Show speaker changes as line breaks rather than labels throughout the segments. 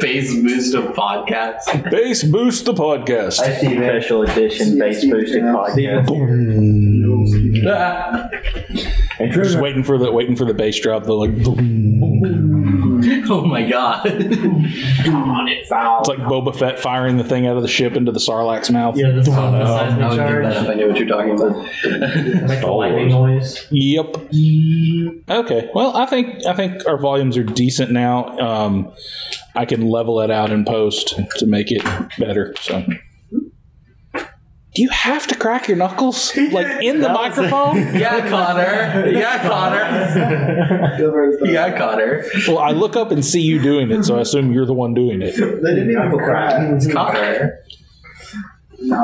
Base boost of podcasts.
Base Boost the podcast.
I see that.
Special edition
See,
base
see,
boosted
yeah.
podcast.
And
Just
Trevor,
waiting for the waiting for the bass drop. The like, boom.
Oh my god. Come on, it's
it's like Boba Fett firing the thing out of the ship into the Sarlacc's mouth.
yeah, the
Oh, I would do that if I knew what you're talking about.
Make the
Star
lightning noise.
Yep. Okay. Well, I think I think our volumes are decent now. Um, I can level it out in post to make it better. So. Do you have to crack your knuckles like in the microphone?
Yeah, Connor. Yeah, Connor. Yeah, Connor.
well, I look up and see you doing it, so I assume you're the one doing it.
They didn't even cry.
It's Connor.
No,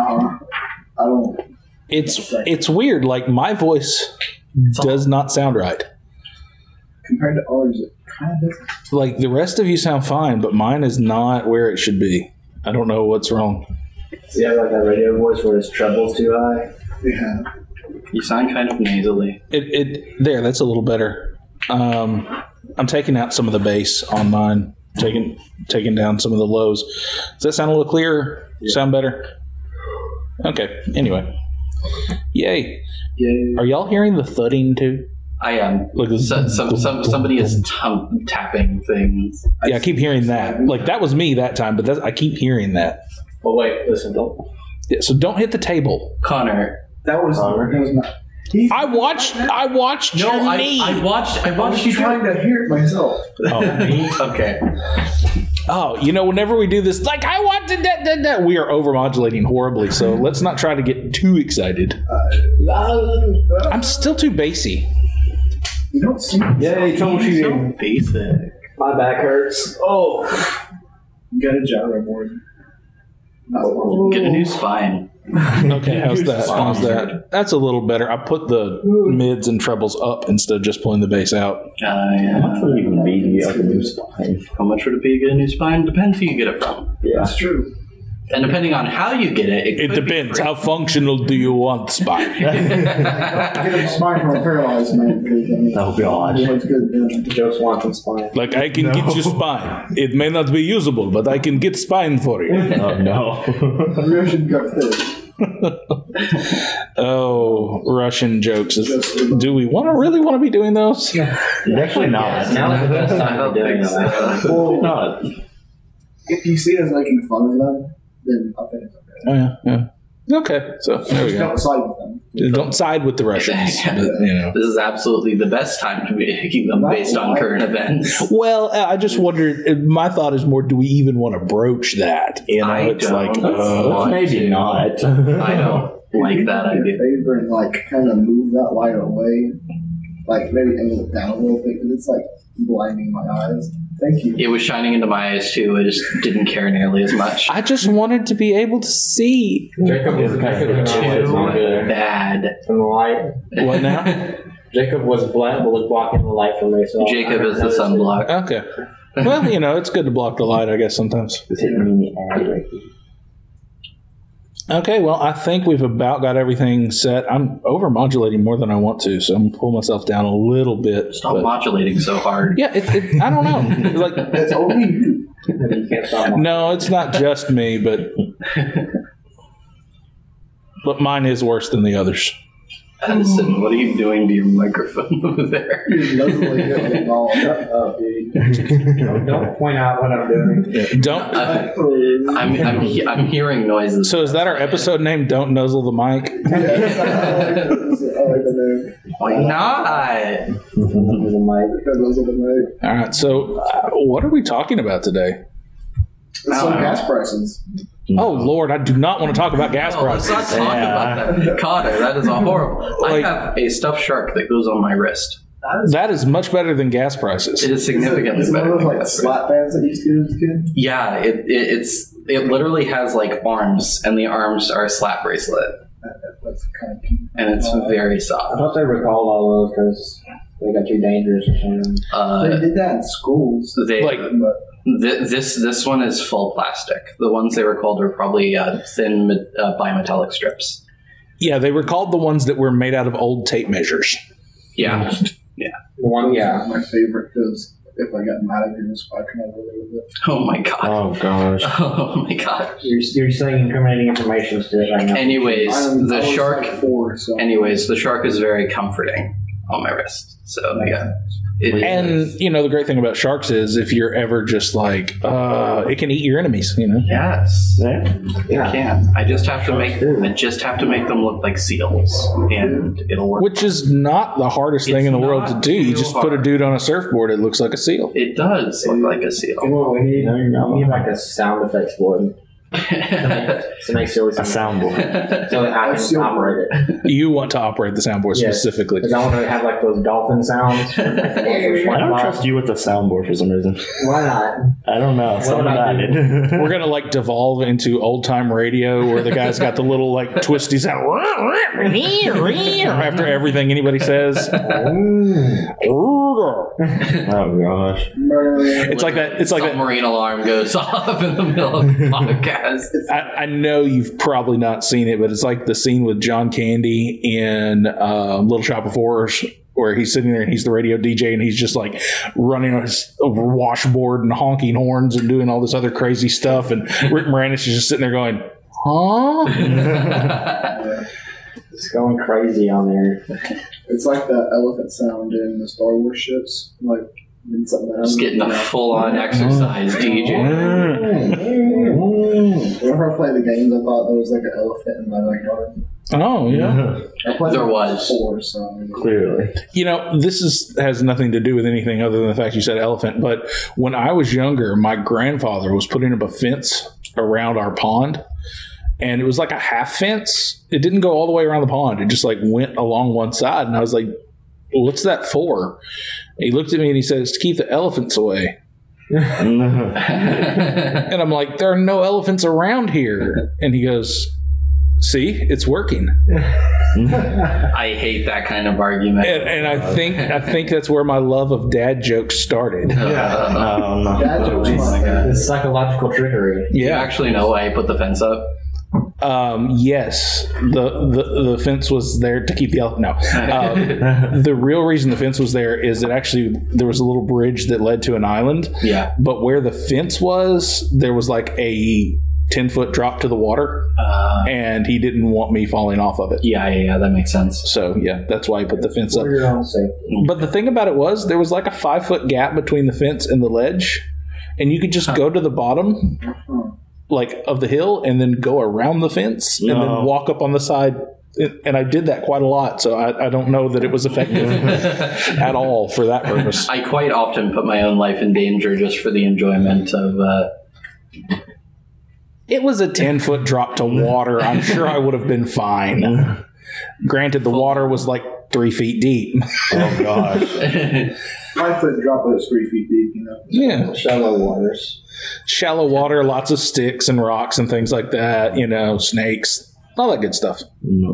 I don't.
It's it's weird. Like my voice does not sound right.
Compared to ours, it kind of doesn't.
Like the rest of you sound fine, but mine is not where it should be. I don't know what's wrong.
See, I like that radio voice where his treble's too high.
Yeah.
You sound kind of nasally.
It, it there. That's a little better. Um, I'm taking out some of the bass on mine. Taking taking down some of the lows. Does that sound a little clearer? Sound better? Okay. Anyway. Yay.
Yay.
Are y'all hearing the thudding too?
I am.
Like the-
So, some, some, somebody is tum- tapping things.
yeah, I keep hearing that. Like that was me that time, but that's, I keep hearing that.
But wait, listen, don't.
Yeah, so don't hit the table.
Connor.
That was.
Connor?
That was not. He's
I watched. I watched
No,
your
I,
knee.
I watched. I
I was
watched you try.
trying to hear it myself.
oh,
Okay.
oh, you know, whenever we do this, like I wanted that, that, that, we are overmodulating horribly. So let's not try to get too excited. I'm still too bassy.
You don't see it.
Yay, troubleshooting.
Basic.
My back hurts. Oh.
You got a gyro board. Oh,
Get a new spine.
Okay, how's that? How's that? That's a little better. I put the mids and trebles up instead of just pulling the bass out.
Uh, yeah.
Would even be the other new spine.
How much would it be to get a new spine? Depends who you get it from.
Yeah.
That's true.
And depending on how you get it, it,
It
could be
depends.
free.
How functional do you want, Spot?
Get a spine from a paralyzed man.
Oh, God.
That's good. Yeah.
Joe Swanson spine.
Like I can get you spine. It may not be usable, but I can get spine for you.
Oh, no.
Immersion gut fit.
Oh, Russian jokes.
Just-
Do we want to really want to be doing those?
Definitely not.
Now's the best time to be doing that.
Well,
Not.
if you see us making fun of them, then I think it's okay.
Oh, yeah, yeah. Okay, so there we
Just
go.
don't side with them.
Don't side with the Russians, but, you know.
This is absolutely the best time to be making them
Not
based on
why.
current events.
Well, I just wondered. uh, My thought is more: Do we even want to broach that? You know,
I
it's
don't.
like
That's-
uh,
Want
Maybe
to.
not.
I don't
Could
like
you
that
do me a
idea.
favor and like kind of move that light away, like maybe angle it down a little bit because it's like blinding my eyes. Thank you.
It was shining into my eyes too. I just didn't care nearly as much.
I just wanted to be able to see.
Jacob was Jacob was not good
Bad.
from the light.
What now?
Jacob was blunt, but was blocking the light from me. So
Jacob is the
sunblock.
sunblock.
Okay. Well, you know, it's good to block the light, I guess, sometimes.
It's hitting me in the eye right here.
Okay, well, I think we've about got everything set. I'm overmodulating more than I want to, so I'm going to pull myself down a little bit.
Stop
but-
modulating so hard.
yeah, it, it, I don't know. like,
That's only you.
You can't stop him.
No, it's not just me, but but mine is worse than the others.
Addison, what are you doing to your microphone over there?
Leslie hit me all up.
Oh, dude. don't, don't point out what I'm doing.
Don't.
Uh, I'm, I'm, he- I'm hearing noises.
So is that our episode name? Don't nuzzle the mic.
Yes, I like it. I like the name.
Why not?
Under
Because those are the name.
All right. So uh, what are we talking about today?
It's some gas prices.
Oh Lord, I do not want to talk about gas
No, Oh, let's not
prices.
talk about that. Connor, that is all horrible.
Like-
I have a stuffed shark that goes on my wrist.
That is much better than gas
It
prices.
is significantly
It's one
better.
of
than
those like
that.
slap bands that you used to do as a kid.
Yeah, it, it, it's it literally has like arms, and the arms are a slap bracelet,
That's kind of cute.
and it's
Oh.
very
I
soft.
hope they recalled all those because they got too dangerous or something.
They
Uh,
did that in schools.
they
Like-
But
th- this this one is full plastic. The ones they were called are probably uh, thin me- uh, bimetallic strips.
Yeah, they were called the ones that were made out of old tape measures.
Yeah,
The one, yeah.
my favorite because if I got mad at your inscription, I'd really with it.
Oh my god.
Oh gosh.
Oh my god.
You're, you're saying incriminating information to it right now.
Anyways,
I'm- I
the
was
shark.
like four, so
Anyways, the shark is very comforting on my wrist. So yeah, it is
And you know the great thing about sharks is if you're ever just like uh, it can eat your enemies. You know.
yes,
Yeah.
I can. I just have to make. I just have to make them look like seals, and it'll work.
Which is not the hardest thing
It's
in the world to
not
do. You
real
just put a
hard.
dude on a surfboard, it looks like a seal.
It does look like a seal.
Well, we need,
No, you're not.
we need like a sound effects board. It's a nice silly
A
sound.
soundboard.
So that I can operate it.
You want to operate the soundboard
Yeah.
specifically.
Because I want to have like those dolphin sounds.
I don't trust you with the soundboard for some reason.
Why not?
I don't know. Something
did I
about
do?
We're
it.
gonna like devolve into old time radio where the guy's got the little like twisty sound after everything anybody says. It's
oh gosh.
murder.
like that. It's like that.
submarine alarm goes off in the middle of the podcast.
I, I know you've probably not seen it, but it's like the scene with John Candy in uh, Little Shop of Horrors, where he's sitting there and he's the radio DJ and he's just like running on his washboard and honking horns and doing all this other crazy stuff. And Rick Moranis is just sitting there going, huh?
It's going crazy on there.
It's like that elephant sound in the Star Wars ships. Like, when something happens,
Just getting
you
a
know.
full on exercise,
Oh.
DJ.
Whenever I played the games, I thought there was like an elephant in my backyard.
Oh, yeah.
I played
There
it
was.
four, so I mean,
Clearly.
You know, this is has nothing to do with anything other than the fact you said elephant. But when I was younger, my grandfather was putting up a fence around our pond, and it was like a half fence. It didn't go all the way around the pond; it just like went along one side. And I was like, "What's that for?" He looked at me and he says, "To keep the elephants away." And I'm like, "There are no elephants around here." And he goes, "See, it's working."
I hate that kind of argument.
And, and I think I think that's where my love of dad jokes started.
Uh,
No, no.
Dad jokes.
Oh my God.
It's psychological trickery.
You actually know why I put the fence up?
Um, yes, the, the the fence was there to keep the elephant. No, um, the real reason the fence was there is that actually there was a little bridge that led to an island,
yeah.
but where the fence was, there was like a ten foot drop to the water,
Uh,
and he didn't want me falling off of it.
yeah, yeah, yeah, that makes sense.
So yeah, that's why he put the fence up.
For your own safety.
But the thing about it was there was like a five foot gap between the fence and the ledge, and you could just go to the bottom, like of the hill, and then go around the fence and
No.
then walk up on the side. And- And I did that quite a lot, so I, I don't know that it was effective at all for that purpose.
I quite often put my own life in danger just for the enjoyment of. Uh,
It was a ten foot drop to water. I'm sure I would have been fine. Granted, the water was like three feet deep.
Oh gosh.
five foot droplet is three feet deep, you know.
yeah,
Shallow waters.
shallow water, lots of sticks and rocks and things like that. You know, snakes, all that good stuff.
No.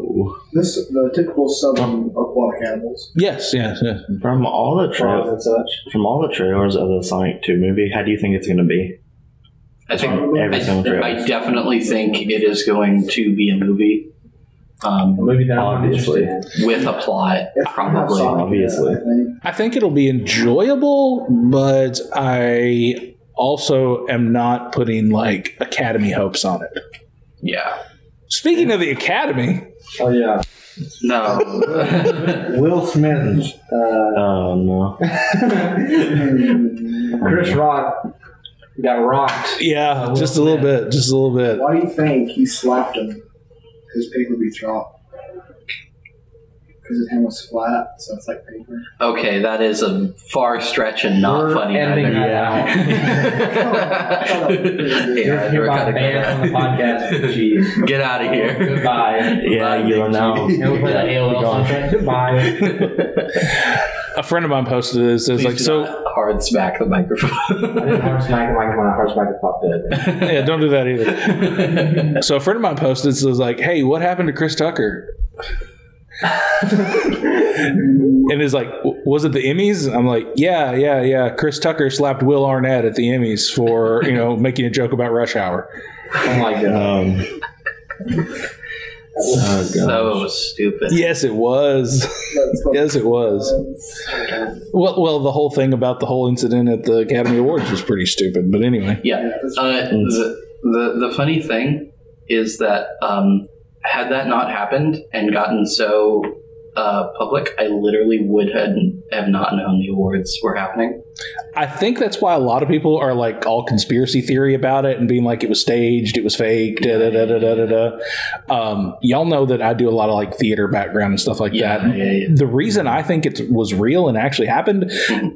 This the typical southern aquatic animals.
Yes, yes, yes.
From all the
Frogs
trailers,
and such.
from all the trailers of the Sonic Two movie, how do you think it's going to be?
I think
Every single
I,
trailer.
I definitely think it is going to be a movie
A
um,
movie that I'm
Obviously.
interested in.
with a plot,
If you have
probably.
Sonic,
obviously.
yeah, I think.
I think it'll be enjoyable, but I also am not putting like Academy hopes on it.
Yeah.
Speaking of the Academy,
Oh, yeah.
No.
Will Smith. Uh,
Oh no.
Chris Rock got rocked.
yeah, just a little bit, just a little bit.
Why do you think he slapped him? His paper be dropped. Because his hand was flat, so it's like paper.
okay, that is a far stretch and not
We're
funny.
ending
neither.
that out.
yeah,
You're
Erica,
about banned from the podcast. Jeez. Oh,
Get out of here.
Goodbye.
Yeah, you know.
You ever play that AOL soundtrack? Goodbye.
A friend of mine posted this. It was like,
Please do
so
not hard smack the
I didn't
microphone.
hard smack him like when I hard smack the pop did.
yeah, don't do that either. So a friend of mine posted this. It was like, hey, what happened to Chris Tucker? and it's like, "W- was it the Emmys? I'm like, yeah, yeah, yeah. Chris Tucker slapped Will Arnett at the Emmys for
uh,
you know making a joke about Rush Hour.
Oh my god.
Um, Oh,
So stupid.
Yes, it was.
That's what-
yes, it was. Well, well, the whole thing about the whole incident at the Academy Awards was pretty stupid. But anyway,
Yeah. Uh, the, the the funny thing is that um, had that not happened and gotten so uh, public, I literally would have, have not known the awards were happening.
I think that's why a lot of people are like all conspiracy theory about it and being like it was staged, it was fake, da da da da da da. da. Um, y'all know that I do a lot of like theater background and stuff like that.
yeah, yeah.
The reason I think it was real and actually happened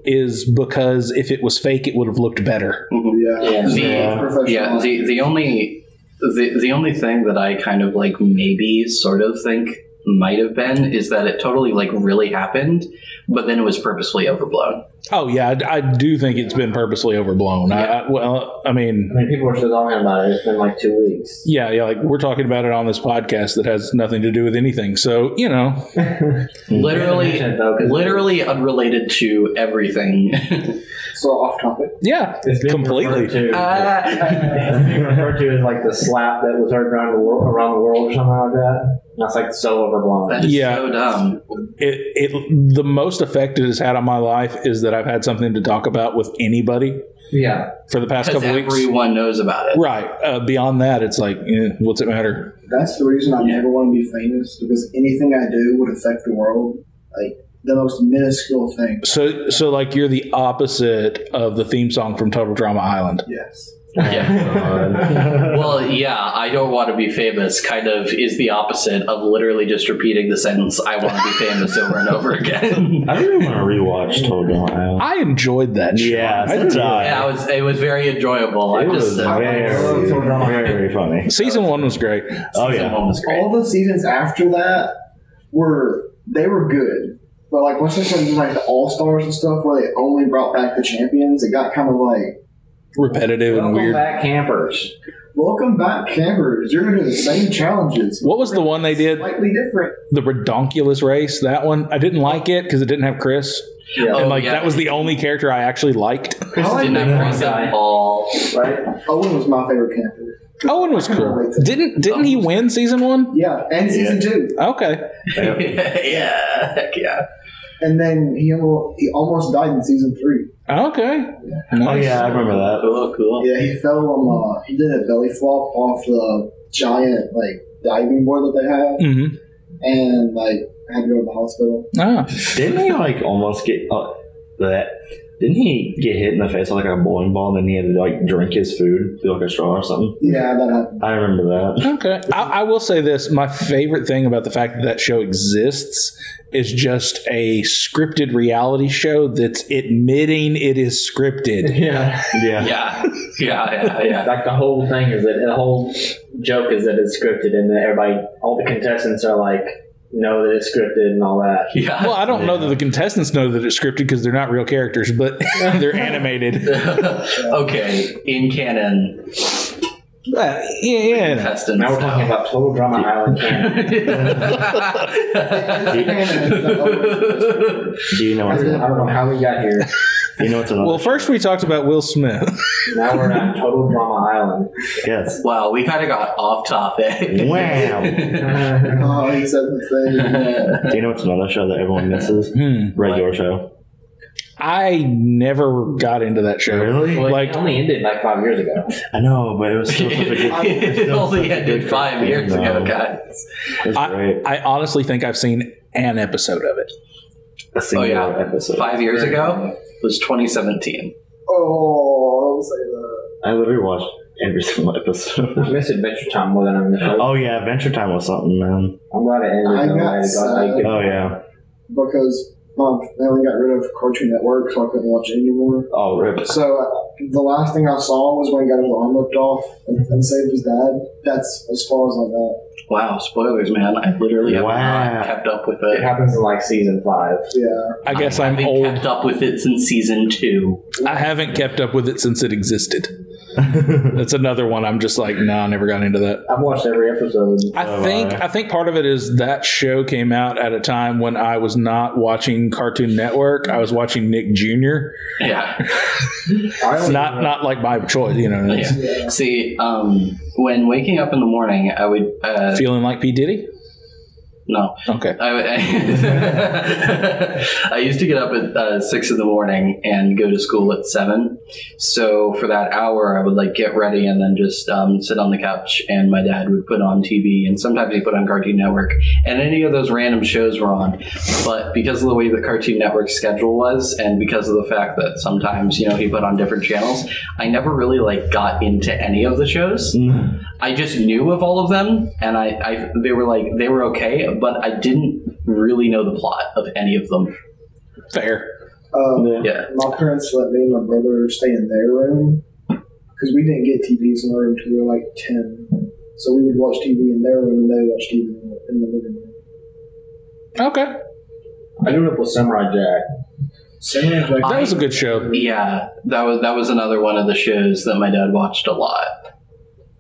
is because if it was fake, it would have looked better.
Yeah.
Yeah.
The, yeah,
Professional.
the, the only the, the only thing that I kind of like maybe sort of think might have been is that it totally like really happened, but then it was purposefully overblown.
Oh yeah, I, I do think it's been purposely overblown. I, I, well, I
I
mean,
mean, people are still talking about it. It's been like two weeks.
yeah, yeah, like we're talking about it on this podcast that has nothing to do with anything. So you know, Hmm.
Literally, literally unrelated to everything. Uh,
So off topic.
yeah,
It's been
completely.
referred to-
Uh,
it's being referred to as like the slap that was heard around the world, around the world, or something like that. And that's like so overblown.
that is
Yeah.
so dumb.
it, it the most effect it has had on my life is that I've had something to talk about with anybody
yeah,
for the past
Because
couple weeks.
everyone knows about it.
Right. Uh, beyond that, it's like, eh, what's it matter?
That's the reason I never want to be famous because anything I do would affect the world. Like the most minuscule thing.
So, so like you're the opposite of the theme song from Total Drama Island.
Yes.
Yeah.
God.
Well, yeah, I don't want to be famous kind of is the opposite of literally just repeating the sentence, I want to be famous over and over again.
I really want to rewatch Total Drama Island.
I enjoyed that. show.
Yeah,
I
so
did.
did I.
Yeah, it was it was very enjoyable. I
it was
just uh,
very, very funny.
Season one was great.
Oh
season
yeah,
one was great.
All the seasons after that were they were good. But like once they started doing like the all stars and stuff where they only brought back the champions, it got kind of like
Repetitive and
welcome
weird.
back campers.
Welcome back campers, you're gonna do the same challenges.
What was the one they did?
Slightly different.
The redonkulous race. That one. I didn't like it because it didn't have Chris,
Yeah,
Oh,
and like
yeah.
that was the only character I actually liked.
Oh,
Chris
I
did
like
not
that
raise
guy.
at all.
Right? Owen was my favorite camper.
Owen was cool. Didn't didn't
Um,
he win season one?
Yeah, and season two.
Okay.
Yep.
yeah, heck yeah.
And then he almo- he almost died in season three.
Okay.
Oh yeah, I remember that.
Cool, Oh, cool.
Yeah, he fell on uh, he did a belly flop off the giant like diving board that they have,
Mm-hmm.
and like had to go to the hospital.
Ah.
Didn't he like almost get uh, that? Didn't he get hit in the face with like a bowling ball, and then he had to like drink his food through like a straw or something?
Yeah, that happened.
I remember that.
Okay. I, I will say this. My favorite thing about the fact that that show exists is just a scripted reality show that's admitting it is scripted.
yeah.
Yeah,
Yeah, yeah, yeah, yeah.
Like the whole thing is that the whole joke is that it's scripted, and that everybody, all the contestants are like, know that it's scripted and all that.
yeah.
Well, I don't know that the contestants know that it's scripted because they're not real characters, but they're animated.
okay, in canon,
Uh, yeah,
contestants.
Now we're talking about total drama island camp.
Do you know
I
what's
don't know how we got here.
you know what's another?
Well, first we talked about Will Smith.
Now we're on total drama island.
yes.
wow, we kind of got off topic.
Wow.
Oh, he said the
Do you know what's another show that everyone misses?
Hmm.
Regular show.
I never got into that show.
Really?
Well,
Like-
it only ended like five years ago.
I know, but it was still such a good. it's
it
still
only
such a
ended
good
five
cartoon,
years ago,
though.
guys.
It's great.
I honestly think I've seen an episode of it.
A
Oh
single
yeah,
episode.
five years ago was 2017.
thing. Oh, I would say that.
I literally watched every single episode.
I miss Adventure Time more than I miss.
oh yeah, Adventure Time was something, man.
I'm glad it ended.
I
though.
got
glad I could-
Oh yeah.
because mom finally got rid of Cartoon Network, so I couldn't watch it anymore.
Oh rip.
So uh, the last thing I saw was when he got his arm ripped off and, and saved his dad. That's as far as I got.
Wow, spoilers, man! I literally have
Wow.
not kept up with
It
it.
happens in like season five.
Yeah,
I guess
I
I'm
haven't
old.
kept up with it since season two.
I haven't kept up with it since it existed. That's another one. I'm just like, no, I never got into that.
I've watched every episode.
I
Oh,
think
wow.
I think part of it is that show came out at a time when I was not watching Cartoon Network. I was watching Nick Jr.
Yeah.
I only
Not not like by choice, you know.
Yeah. See, um, when waking up in the morning, I would uh,
Feeling like P Diddy?
No,
Okay.
I, I, I used to get up at uh, six in the morning and go to school at seven. So for that hour, I would like get ready and then just um, sit on the couch, and my dad would put on TV, and sometimes he put on Cartoon Network, and any of those random shows were on. But because of the way the Cartoon Network schedule was, and because of the fact that sometimes you know he put on different channels, I never really like got into any of the shows. I just knew of all of them, and I, I they were like they were okay, but I didn't really know the plot of any of them.
Fair.
Um,
Yeah,
My parents let me and my brother stay in their room because we didn't get TVs in our room until we were like 10. So we would watch TV in their room and they watched TV in the- in the living room.
Okay.
I grew up with Samurai Jack.
Samurai Jack.
That was a good show.
yeah, that was that was another one of the shows that my dad watched a lot.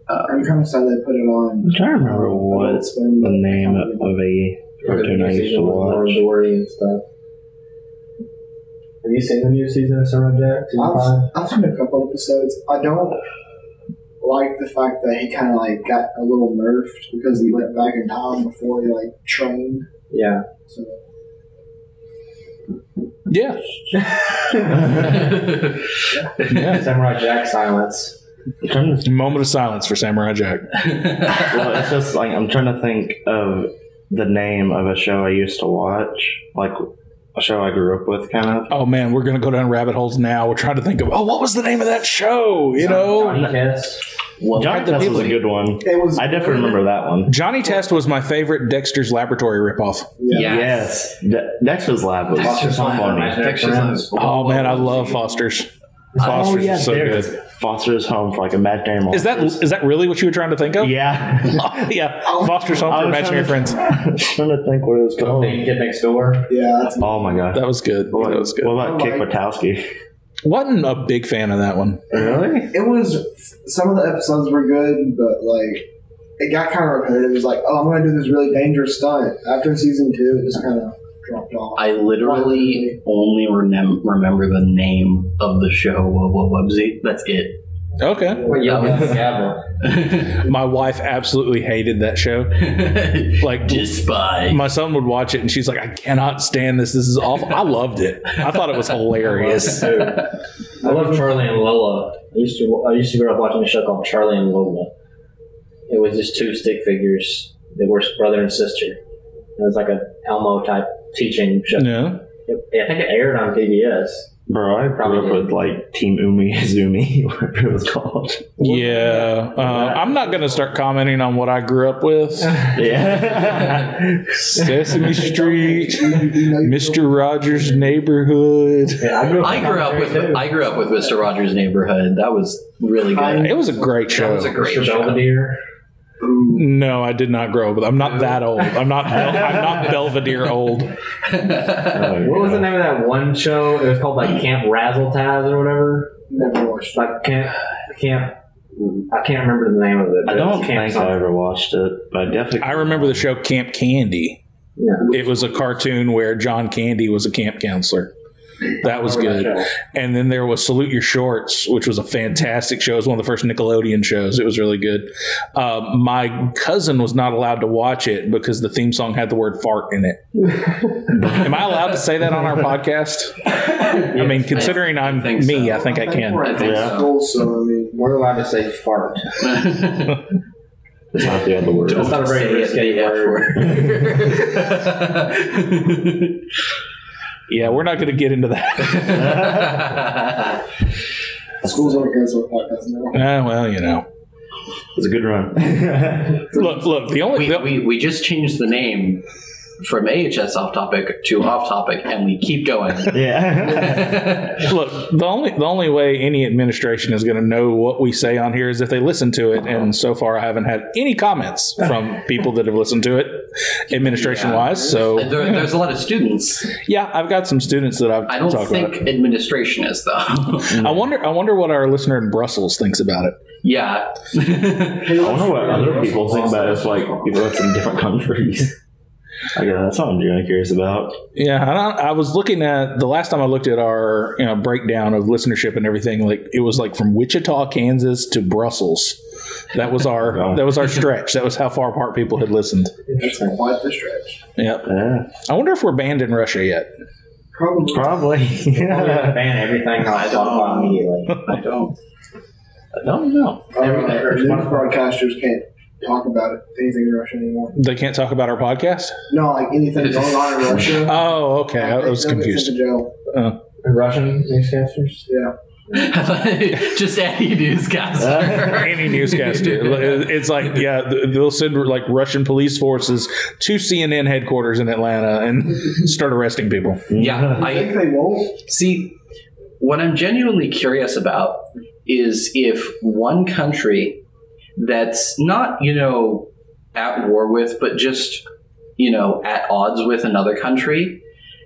Uh,
I'm kind of sad they put it on.
I'm trying to remember what
It's been
the name of a cartoon I used to
Laura
watch.
Dory and stuff. Have you seen the new season of Samurai Jack? Season five?
I've, I've seen a couple episodes. I don't like the fact that he kind of like got a little nerfed because he went back in time before he like trained.
Yeah.
So
Yeah. Yeah.
Samurai Jack silence.
I'm trying to
Moment of silence for Samurai Jack.
well, it's just like I'm trying to think of the name of a show I used to watch, like a show I grew up with, kind of.
Oh man, we're gonna go down rabbit holes now. We're trying to think of oh, what was the name of that show? You know,
Johnny Kiss.
Well,
Johnny
Johnny
Test was a
Weasley.
good one.
it was.
I definitely remember that one.
Johnny Test was my favorite Dexter's Laboratory ripoff.
yes.
Yes, De- Dexter's Lab was
Dexter's
so
Lab.
funny.
Imagine-
Dexter's Lab.
Oh man, I love Foster's. Foster's
Oh yes,
is so
there it
good.
is. Foster's Home for like imaginary
Is
monsters.
that is that really what you were trying to think of? Oh,
Yeah. Oh,
yeah. Foster's Home
I
for
was
Imaginary
trying
Friends.
to- I was trying to think what it was
Oh.
called.
Kid Next Door.
Yeah, that's
Oh my god.
That was good.
What,
That was good.
what about Kick
Alright.
Watowski?
Wasn't a big fan of that one.
Really?
it was some of the episodes were good, but like it got kind of repetitive. It was like, oh, I'm gonna do this really dangerous stunt. After season two, it just kind of dropped off.
I literally only remem- remember the name of the show. Whoa, whoa, Wubsy. That's it.
Okay.
What
Yeah.
My wife absolutely hated that show. Like
Despise.
my son would watch it and she's like, I cannot stand this. This is awful. I loved it. I thought it was hilarious.
I love Charlie and Lola. I used to I used to grow up watching a show called Charlie and Lola. It was just two stick figures that were brother and sister. It was like a Elmo type teaching show.
No.
It- I think it aired on PBS.
Bro, I
Probably.
grew up with like Team Umi Izumi, whatever it was called.
Yeah. Uh, I'm not going to start commenting on what I grew up with.
Yeah.
Sesame Street,
You know, you feel-
Mr. Rogers' Neighborhood.
Yeah, I grew
I grew up with I grew up with Mr. Rogers' Neighborhood. That was really good.
It was a great
That was a
show.
great show.
Belvedere.
No, I did not grow up. with I'm not that old. I'm not. Bel- I'm not Belvedere old.
What was the name of that one show? It was called like Camp Razzle Taz or whatever.
never watched. it.
Like Camp Camp. I can't remember the name of it. but
I
it was
don't
Camp
think I
something.
ever watched it, but I definitely.
I remember the show Camp Candy.
Yeah.
It was a cartoon where John Candy was a camp counselor. That was
Remember
good.
that show.
And then there was Salute Your Shorts, which was a fantastic show. It was one of the first Nickelodeon shows. It was really good. Um, my cousin was not allowed to watch it because the theme song had the word fart in it. Am I allowed to say that on our podcast? I mean, considering I am
think
me,
so.
I think I
We're
can.
in
I think
Yeah.
school, so I mean,
We're allowed to say fart.
It's not the other word.
Don't. not a very
Say
risky
the F word.
Yeah, we're not going to get into that.
school's on against our podcast now.
Ah, well, you know.
It's a good run.
Look, look. The only
we,
the-
we, we just changed the name from AHS off topic to off topic, and we keep going.
yeah.
Look, the only the only way any administration is going to know what we say on here is if they listen to it, and so far I haven't had any comments from people that have listened to it, administration wise. So
there, there's a lot of students.
yeah, I've got some students that I've
I don't
talked
think administration is though.
about. I wonder I wonder what our listener in Brussels thinks about it.
yeah,
I wonder what other people think about us, like people that's in different countries. I go, that's something you're curious about.
Yeah, I, don't- I was looking at the last time I looked at our you know, breakdown of listenership and everything. Like it was like from Wichita, Kansas to Brussels. That was our
Wow.
that was our stretch. That was how far apart people had listened.
That's quite the stretch.
Yep.
Yeah,
I wonder if we're banned in Russia yet.
Probably.
probably.
I'm gonna
Yeah.
Oh, ban everything on Spotify immediately.
I don't.
I don't know.
Uh, news broadcasters can't talk about it, anything in Russia anymore.
They can't talk about our podcast.
No, like anything going on in Russia.
Oh, okay. I
they-
was
they'll get
confused. Uh.
sent to jail.
Russian newscasters?
Yeah.
I thought just any newscaster.
Any newscaster, it's like yeah, th- they'll send like Russian police forces to CNN headquarters in Atlanta and start arresting people.
yeah,
I think
I
they won't.
see. What I'm genuinely curious about is if one country that's not, you know, at war with, but just, you know, at odds with another country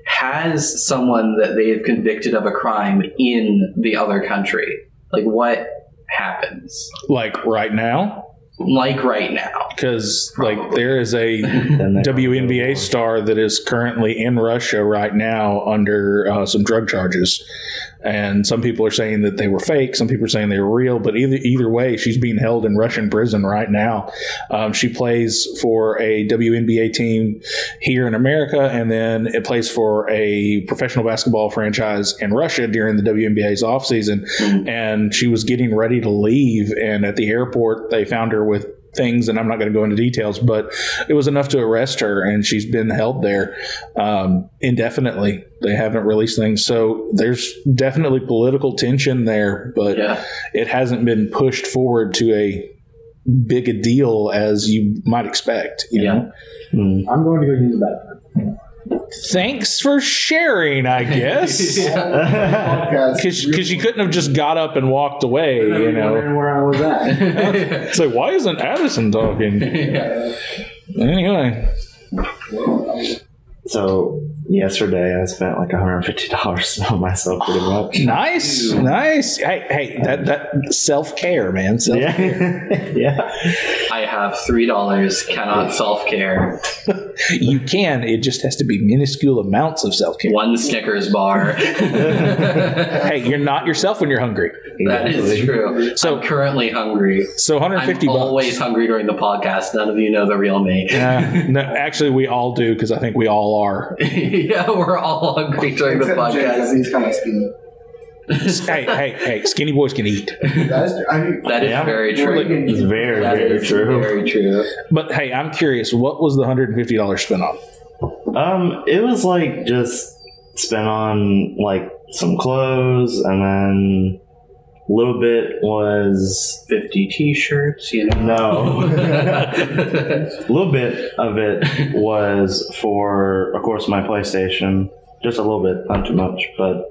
has someone that they have convicted of a crime in the other country. Like, what happens?
Like right now,
Like, right now.
because like there is a
Then they-
WNBA star that is currently in Russia right now under uh, some drug charges, and some people are saying that they were fake, some people are saying they were real, but either either way, she's being held in Russian prison right now. Um, she plays for a WNBA team here in America, and then it plays for a professional basketball franchise in Russia during the WNBA's offseason. And she was getting ready to leave, and at the airport, they found her with things, and I'm not going to go into details, but it was enough to arrest her, and she's been held there um, indefinitely. They haven't released things, so there's definitely political tension there, but
Yeah.
it hasn't been pushed forward to a big a deal as you might expect. You
Yeah.
know?
Hmm.
I'm going to go use that.
thanks for sharing, I guess.
Yeah.
Because you couldn't have just got up and walked away, you know.
Wondering where I was at.
It's like, why isn't Addison talking? Anyway,
So yesterday, I spent like 150 dollars on myself, pretty much.
nice, nice. Hey, hey, that that self care, man. Self
Yeah, yeah.
I have three dollars. Cannot self care.
You can. It just has to be minuscule amounts of self care.
One Snickers bar. that
Hey, you're not yourself when you're hungry.
is
Exactly.
true.
So-
So I'm currently hungry.
So 150
I'm always hungry during the podcast. None of you know the real me.
bucks. Uh, no, actually, we all do because I think we all are.
yeah, we're all hungry during the
Except Jay, 'cause
podcast.
he's kind of skinny.
hey, hey, hey! Skinny boys can eat.
That is, I mean,
That is
Yeah.
very true.
Reagan-
It's very,
That
very
is
true.
Very true.
But hey, I'm curious. What was the 150 dollars spent on?
Um, it was like just spent on like some clothes, and then a little bit was
Fifty T-shirts. You know.
Oh.
no. a little bit of it was for, of course, my PlayStation. Just a little bit, not too much, but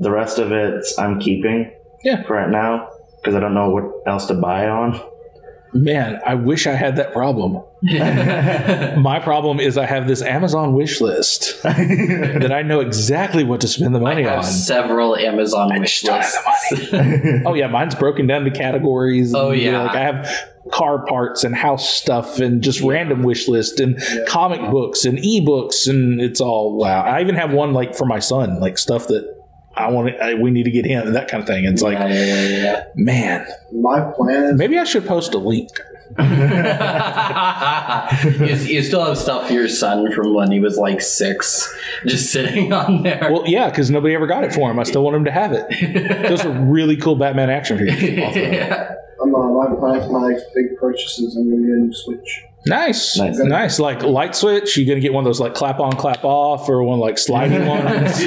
the rest of it I'm keeping.
Yeah.
For right now, because I don't know what else to buy it on.
Man, I wish I had that problem. My problem is I have this Amazon wish list that I know exactly what to spend the
I
money on.
have several Amazon wish
don't have
lists.
Oh yeah, mine's broken down to categories. and,
Oh,
you know,
yeah.
like I have car parts and house stuff and just random wish list and comic books and ebooks and it's all wow. I even have one like for my son, like stuff that I want. I, we need to get him and that kind of thing. It's like,
Yeah, yeah, yeah, yeah.
man,
my plan is
maybe I should post a link.
you, you still have stuff for your son from when he was like six, just sitting on there.
Well, yeah, because nobody ever got it for him. I still want him to have it. Those are really cool Batman action figures. Also.
yeah.
I'm on my plan for my next big purchases. I'm going to get a new Switch.
Nice. nice,
Nice.
Like light switch, you're gonna get one of those like clap on, clap off, or one like sliding ones.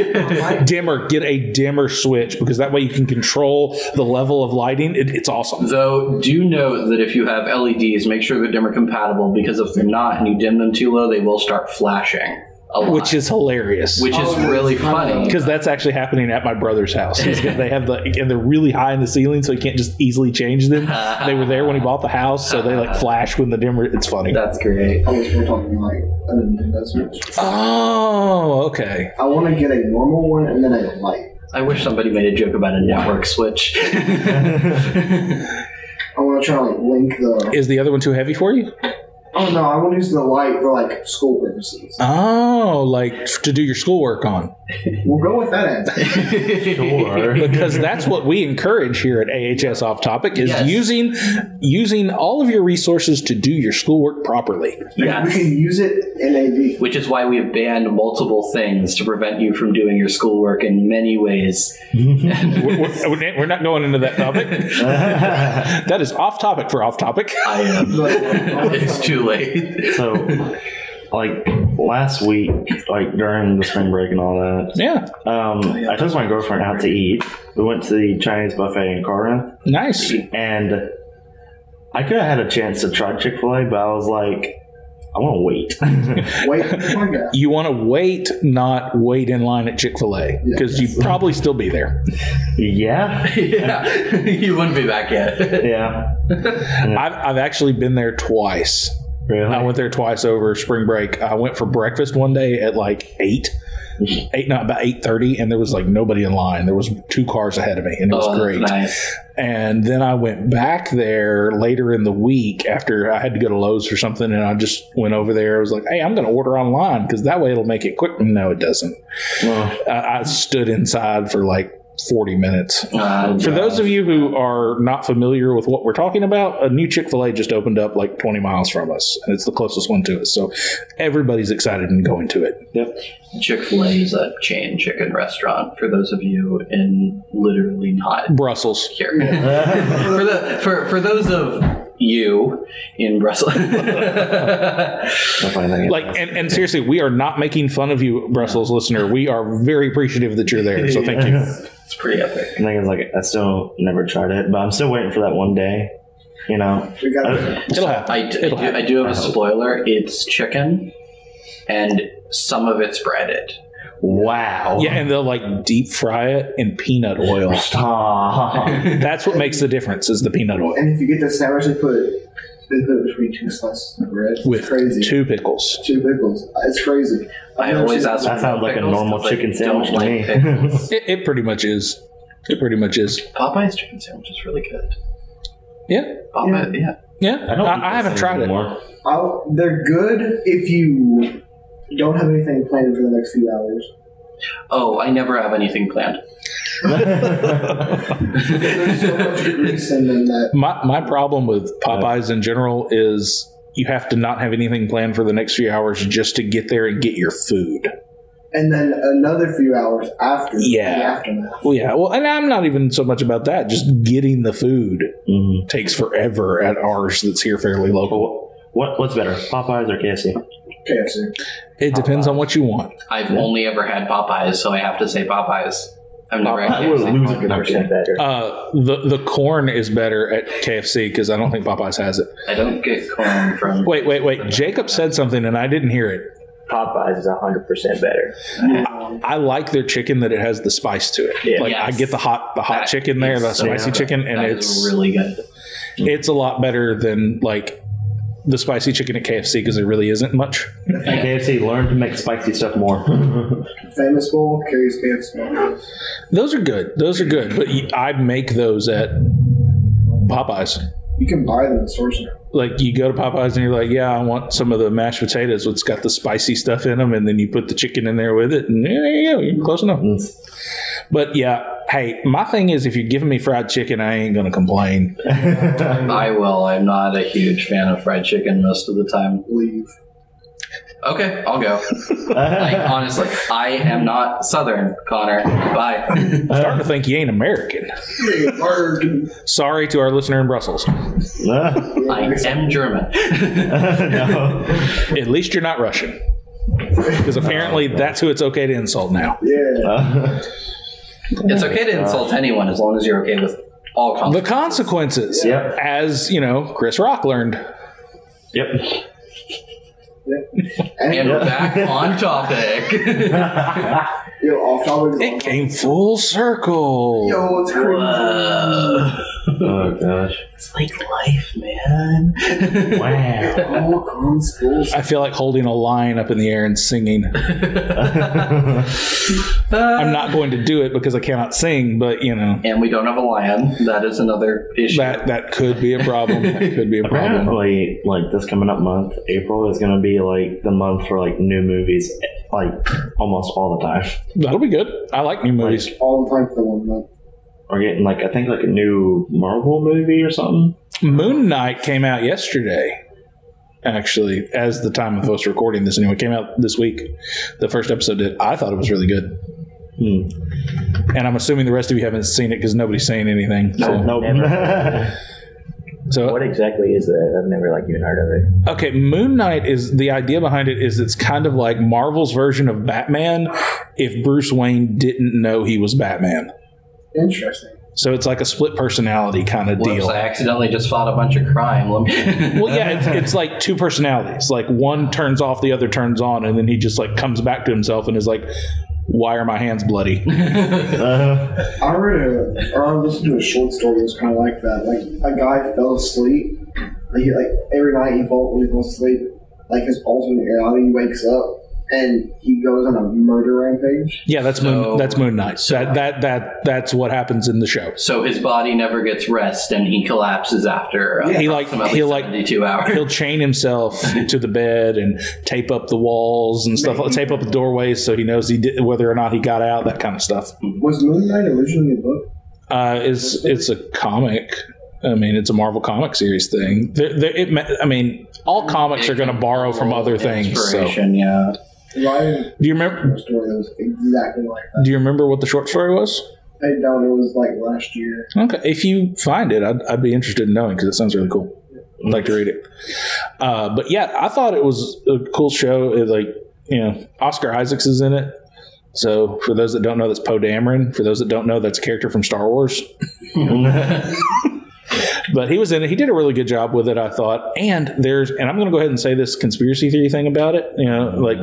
dimmer, get a dimmer switch because that way you can control the level of lighting. It, it's awesome.
Though, do note that if you have LEDs, make sure they're dimmer compatible because if they're not and you dim them too low, they will start flashing a lot.
Which is Uh, hilarious.
which is really funny.
because that's actually happening at my brother's house. He's got- they have the and they're really high in the ceiling, so he can't just easily change them. They were there when he bought the house, so they like flash when the dimmer. It's funny.
That's great.
I was we're talking like a Nintendo Switch.
Oh, okay.
I want to get a normal one and then a light.
I wish somebody made a joke about a network switch.
I want to try to like link the.
Is the other one too heavy for you?
Oh no, I want to use the light for like school purposes.
Oh, like to do your schoolwork on.
We'll go with that answer.
Sure.
Because that's what we encourage here at AHS Off Topic is
Yes.
using using all of your resources to do your schoolwork properly.
We
Yeah.
can use it in AD.
Which is why we have banned multiple things to prevent you from doing your schoolwork in many ways.
We're, we're- we're not going into that topic. that is off topic for off topic.
I am. it's too late.
so, like last week, like during the spring break and all that,
Yeah,
um, I took my girlfriend out to eat. We went to the Chinese buffet in Corinth,
nice.
and I could have had a chance to try Chick Fil A, but I was like, I want to wait.
Wait, my God.
You want to wait, not wait in line at Chick Fil A because you probably still be there.
yeah,
yeah. you wouldn't be back yet.
yeah,
I've, I've actually been there twice.
really.
I went there twice over spring break. I went for breakfast one day at like eight, eight not about eight thirty, and there was like nobody in line. There was two cars ahead of me, and it was
oh,
great.
that's nice.
And then I went back there later in the week after I had to go to Lowe's for something, and I just went over there. I was like, "Hey, I'm going to order online because that way it'll make it quick." No, it doesn't.
Well,
I, I stood inside for like forty minutes.
Uh,
For those of you who are not familiar with what we're talking about, a new Chick fil A just opened up like 20 miles from us, and it's the closest one to us. So everybody's excited and going to it.
Chick fil A is a chain chicken restaurant for those of you in literally not
Brussels.
here. for, the, for, for those of you in Brussels.
I find that-
Like, and, and seriously, we are not making fun of you, Brussels listener. We are very appreciative that you're there. So thank you.
it's pretty epic.
I think it's like I still never tried it, but I'm still waiting for that one day. You know,
We got
It'll happen.
I, d- I
It'll
do, I do have a spoiler. It's chicken, and some of it's breaded.
wow.
Yeah, and they'll like deep fry it in peanut oil.
Stop.
That's what makes the difference is the peanut oil
And if you get the sandwich, they put it, they put it between two slices of bread. It's
with
crazy.
two pickles.
Two pickles. It's crazy.
I
I've
always
never
ask.
seen-
That sounds like a
pickles
normal
'cause I
chicken
don't
sandwich
like
to
pickles.
me.
It, it pretty much is. It pretty much is.
Popeye's chicken sandwich is really good.
Yeah.
Popeye, yeah.
Yeah. I,
don't eat
I,
those
haven't
things
tried it.
anymore.
I'll, they're good if you don't have anything planned for the next few hours.
Oh, I never have anything planned.
Mm-hmm.
There's so much grease in them that
My my problem with Popeyes in general is you have to not have anything planned for the next few hours just to get there and get your food.
and then another few hours after
Yeah.
the aftermath.
Well, yeah. Well, and I'm not even so much about that. Just getting the food
Mhm.
takes forever at ours. That's here fairly
But
local.
what- What what's better, Popeyes or KFC?
KFC.
It depends on what you want.
I've only ever had Popeyes, so I have to say Popeyes. I've never had
Popeye was a
KFC.
loser percent better.
Uh, the the corn is better at KFC because I don't think Popeyes has it.
I don't get corn from.
Wait, wait, wait. Jacob said something and I didn't hear it.
Popeyes is hundred percent better.
I like their chicken that it has the spice to it.
Yeah.
Like I
Yes.
get the hot the hot
That
chicken there,
is
the
so
spicy
good.
chicken, and
That
it's
is really good.
it's a lot better than like the spicy chicken at KFC because there really isn't much.
And KFC learned to make spicy stuff more.
Famous Bowl carries KFC.
Those are good. Those are good, but you- I make those at Popeyes.
You can buy them in stores now.
Like you go to Popeyes and you're like, yeah, I want some of the mashed potatoes. It's got the spicy stuff in them, and then you put the chicken in there with it, and yeah, yeah, you're close enough. But yeah, hey, my thing is, if you're giving me fried chicken, I ain't gonna complain.
I will. I'm not a huge fan of fried chicken most of the time.
Leave.
Okay, I'll go. Like honestly, I am not Southern, Connor. Bye.
starting to think you ain't American.
Burger.
Sorry to our listener in Brussels.
I am German.
no.
At least you're not Russian, because apparently that's who it's okay to insult now.
Yeah.
Uh,
It's okay to insult anyone as long as you're okay with all
The
conflict.
consequences,
Yep.
as you know, Chris Rock learned.
Yep.
And we're back on topic.
Yo, off topic.
It came full circle.
Yo, it's crazy.
Uh,
Oh gosh.
It's like life, man.
Wow.
All gone schools.
I feel like holding a line up in the air and singing. I'm not going to do it because I cannot sing, but you know
and we don't have a lion. That is another issue.
that that could be a problem. That could be a problem.
Apparently, like this coming up month, April is gonna be like the month for like new movies, like almost all the time.
That'll be good. I like new movies.
All the time for one month.
We're getting like I think like a new Marvel movie or something.
Moon Knight came out yesterday. Actually, as the time of us recording this, anyway, it came out this week. The first episode did. I thought it was really good,
Hmm.
and I'm assuming the rest of you haven't seen it because nobody's saying anything. So,
Nope.
so
What exactly is that? I've never like even heard of it.
Okay, Moon Knight is the idea behind it is it's kind of like Marvel's version of Batman if Bruce Wayne didn't know he was Batman.
Interesting.
So it's like a split personality kind of
Whoops,
deal.
I accidentally just fought a bunch of crime. Let me-
Well, yeah, it's, it's like two personalities. Like one turns off, the other turns on, and then he just like comes back to himself and is like, "Why are my hands bloody?"
Uh,
I read a, or I listened to a short story that was kind of like that. Like a guy fell asleep. Like, he, like every night he falls when he falls asleep. Like his alternate reality wakes up and he goes on a murder rampage.
Yeah, that's
So-
Moon. That's Moon Knight. that that that that's what happens in the show.
so his body never gets rest, and he collapses after uh,
He, like-
approximately
he, like-
72 hours.
He'll chain himself to the bed and tape up the walls and stuff. Tape up the doorways so he knows he did, whether or not he got out. That kind of stuff.
Was Moon Knight originally a book?
Uh, it's it's a comic. I mean, it's a Marvel comic series thing. There, there, it, ma- I mean, all comics are going to borrow from other things. So, do
Inspiration, yeah.
Because I read
you
a
remember?
short story that was exactly like that.
Do you remember what the short story was?
I doubt it was like last year.
Okay, if you find it, I'd, I'd be interested in knowing because it sounds really cool. I'd like to read it. Uh, but yeah, I thought it was a cool show. It, like you know, Oscar Isaacs is in it. So for those that don't know, that's Poe Dameron. For those that don't know, that's a character from Star Wars.
Uh-huh.
but he was in it. He did a really good job with it, I thought. And there's, and I'm going to go ahead and say this conspiracy theory thing about it. You know, like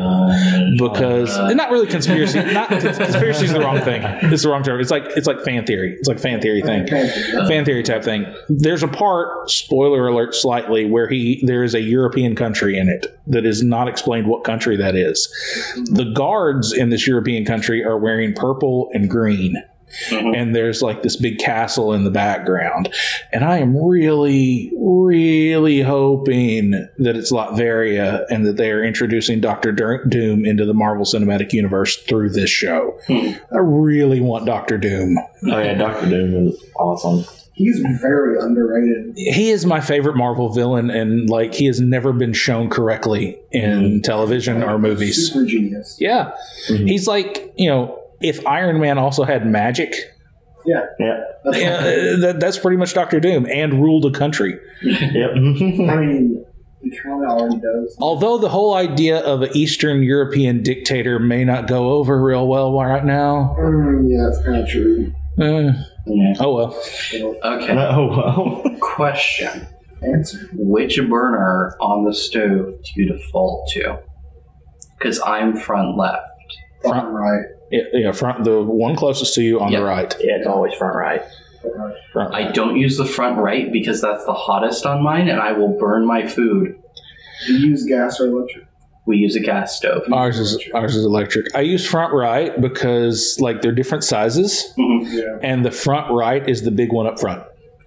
because
uh.
not really conspiracy. not conspiracy is the wrong thing. It's the wrong term. It's like it's like fan theory. It's like fan theory thing. Fan theory type thing. There's a part, spoiler alert, slightly where he there is a European country in it that is not explained what country that is. The guards in this European country are wearing purple and green and there's like this big castle in the background. And I am really, really hoping that it's Latveria and that they are introducing Doctor Dur- Doom into the Marvel Cinematic Universe through this show. I really want Doctor Doom.
oh yeah, Doctor Doom is awesome.
He's very underrated.
He is my favorite Marvel villain, and like he has never been shown correctly in television or movies.
Super genius.
Yeah,
Mhm.
he's like you know. If Iron Man also had magic,
Yep.
That's
yeah, that, that's pretty much Doctor Doom and ruled a country.
Yep.
I mean, he kind of already does.
Although the whole idea of an Eastern European dictator may not go over real well right now,
Mm, yeah, that's kind of true.
eh,
Yeah.
oh well.
Okay.
oh wow.
Question:
Answer.
Which burner on the stove do you default to? Because I'm front left.
Bottom right.
Yeah, yeah, front the one closest to you on
Yeah.
the right.
Yeah, it's always front right.
Bottom right.
Front
I
right.
don't use the front right because that's the hottest on mine, and I will burn my food.
Do you use gas or electric?
We use a gas stove.
Ours is ours is electric. I use front right because like they're different sizes,
Mhm.
Yeah.
and the front right is the big one up front,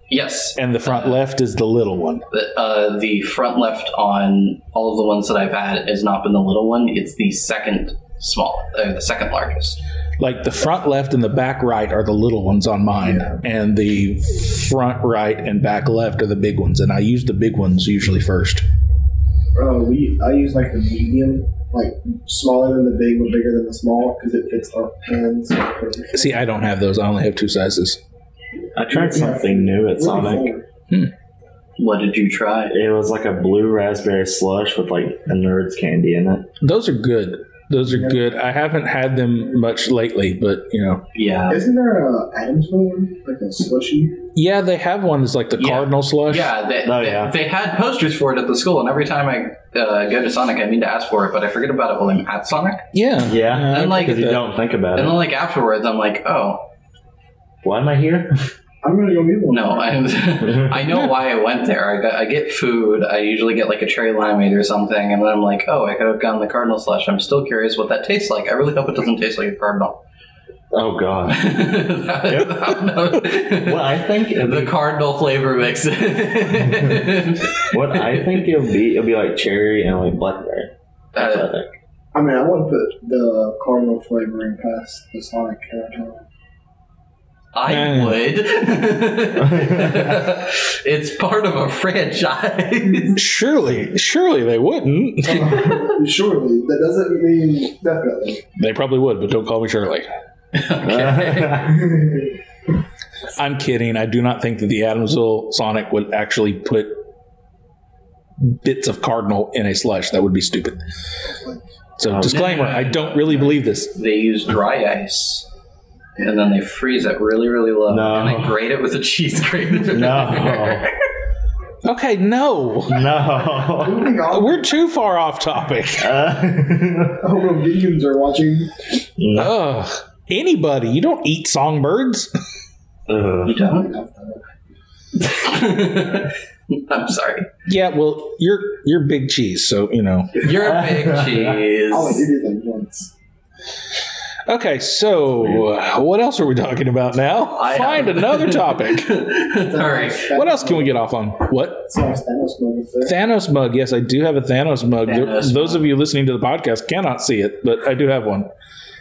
Yes,
and the front left is the little one.
the, uh, the front left on all of the ones that I've had has not been the little one. It's the second small, uh, the second largest.
Like the front left and the back right are the little ones on mine, and the front right and back left are the big ones, and I use the big ones usually first.
Oh, we. I use like the medium, like smaller than the big, but bigger than the small, because it fits our hands. perfectly.
See, I don't have those. I only have two sizes.
I tried something new at Sonic.
Really
What did you try?
It was like a blue raspberry slush with like a nerd's candy in it.
Those are good. Those are good. I haven't had them much lately, but you know,
Yeah.
cool. Isn't there a Adamsville one, like a slushy?
yeah, they have one that's like the
Yeah.
cardinal slush.
Yeah, they,
Oh,
they,
yeah.
they had posters for it at the school, and every time I uh, go to Sonic, I mean to ask for it, but I forget about it while I'm at Sonic.
yeah, Uh,
Yeah.
I
And, like,
get
Because you
that.
don't think about
And then,
it.
like, afterwards, I'm like, oh,
Why am I here?
I'm gonna go get one.
No, I'm, I know why I went there. I, got, I get food. I usually get like a cherry limeade or something, and then I'm like, oh, I could have gotten the cardinal slush. I'm still curious what that tastes like. I really hope it doesn't taste like a cardinal.
Oh god.
That- that-
What I think it'll
the
be,
cardinal flavor mix. That's
what I think it'll be it'll be like cherry and like blackberry. That's
Uh,
what I think.
I mean, I want to put the caramel flavoring past the Sonic character.
I
Yeah.
would. it's part of a franchise.
Surely, surely they wouldn't.
Uh-huh.
Surely, that doesn't mean definitely.
They probably would, but don't call me Shirley. Uh. I'm kidding. I do not think that the Adamsville Sonic would actually put bits of cardinal in a slush. That would be stupid.
Oh,
So, disclaimer: I don't really believe this.
They use dry ice. And then they freeze it really, really low.
No.
And they grate it with a cheese grater.
no.
Okay, no,
No.
Moving on.
we're too far off topic.
Uh,
I hope no vegans are watching.
no.
Ugh. Anybody, you don't eat songbirds.
Ugh.
You don't? I'm sorry.
yeah, well, you're you're big cheese, so you know.
You're a big
I'll eat
cheese.
anything once.
Okay, so uh, what else are we talking about now?
I
Find
have-
another topic.
All right.
what else can we get off on? What?
Sonic Thanos moment there.
Thanos mug. Yes, I do have a Thanos mug. There-
Thanos
Those
mug.
of you listening to the podcast cannot see it, but I do have one.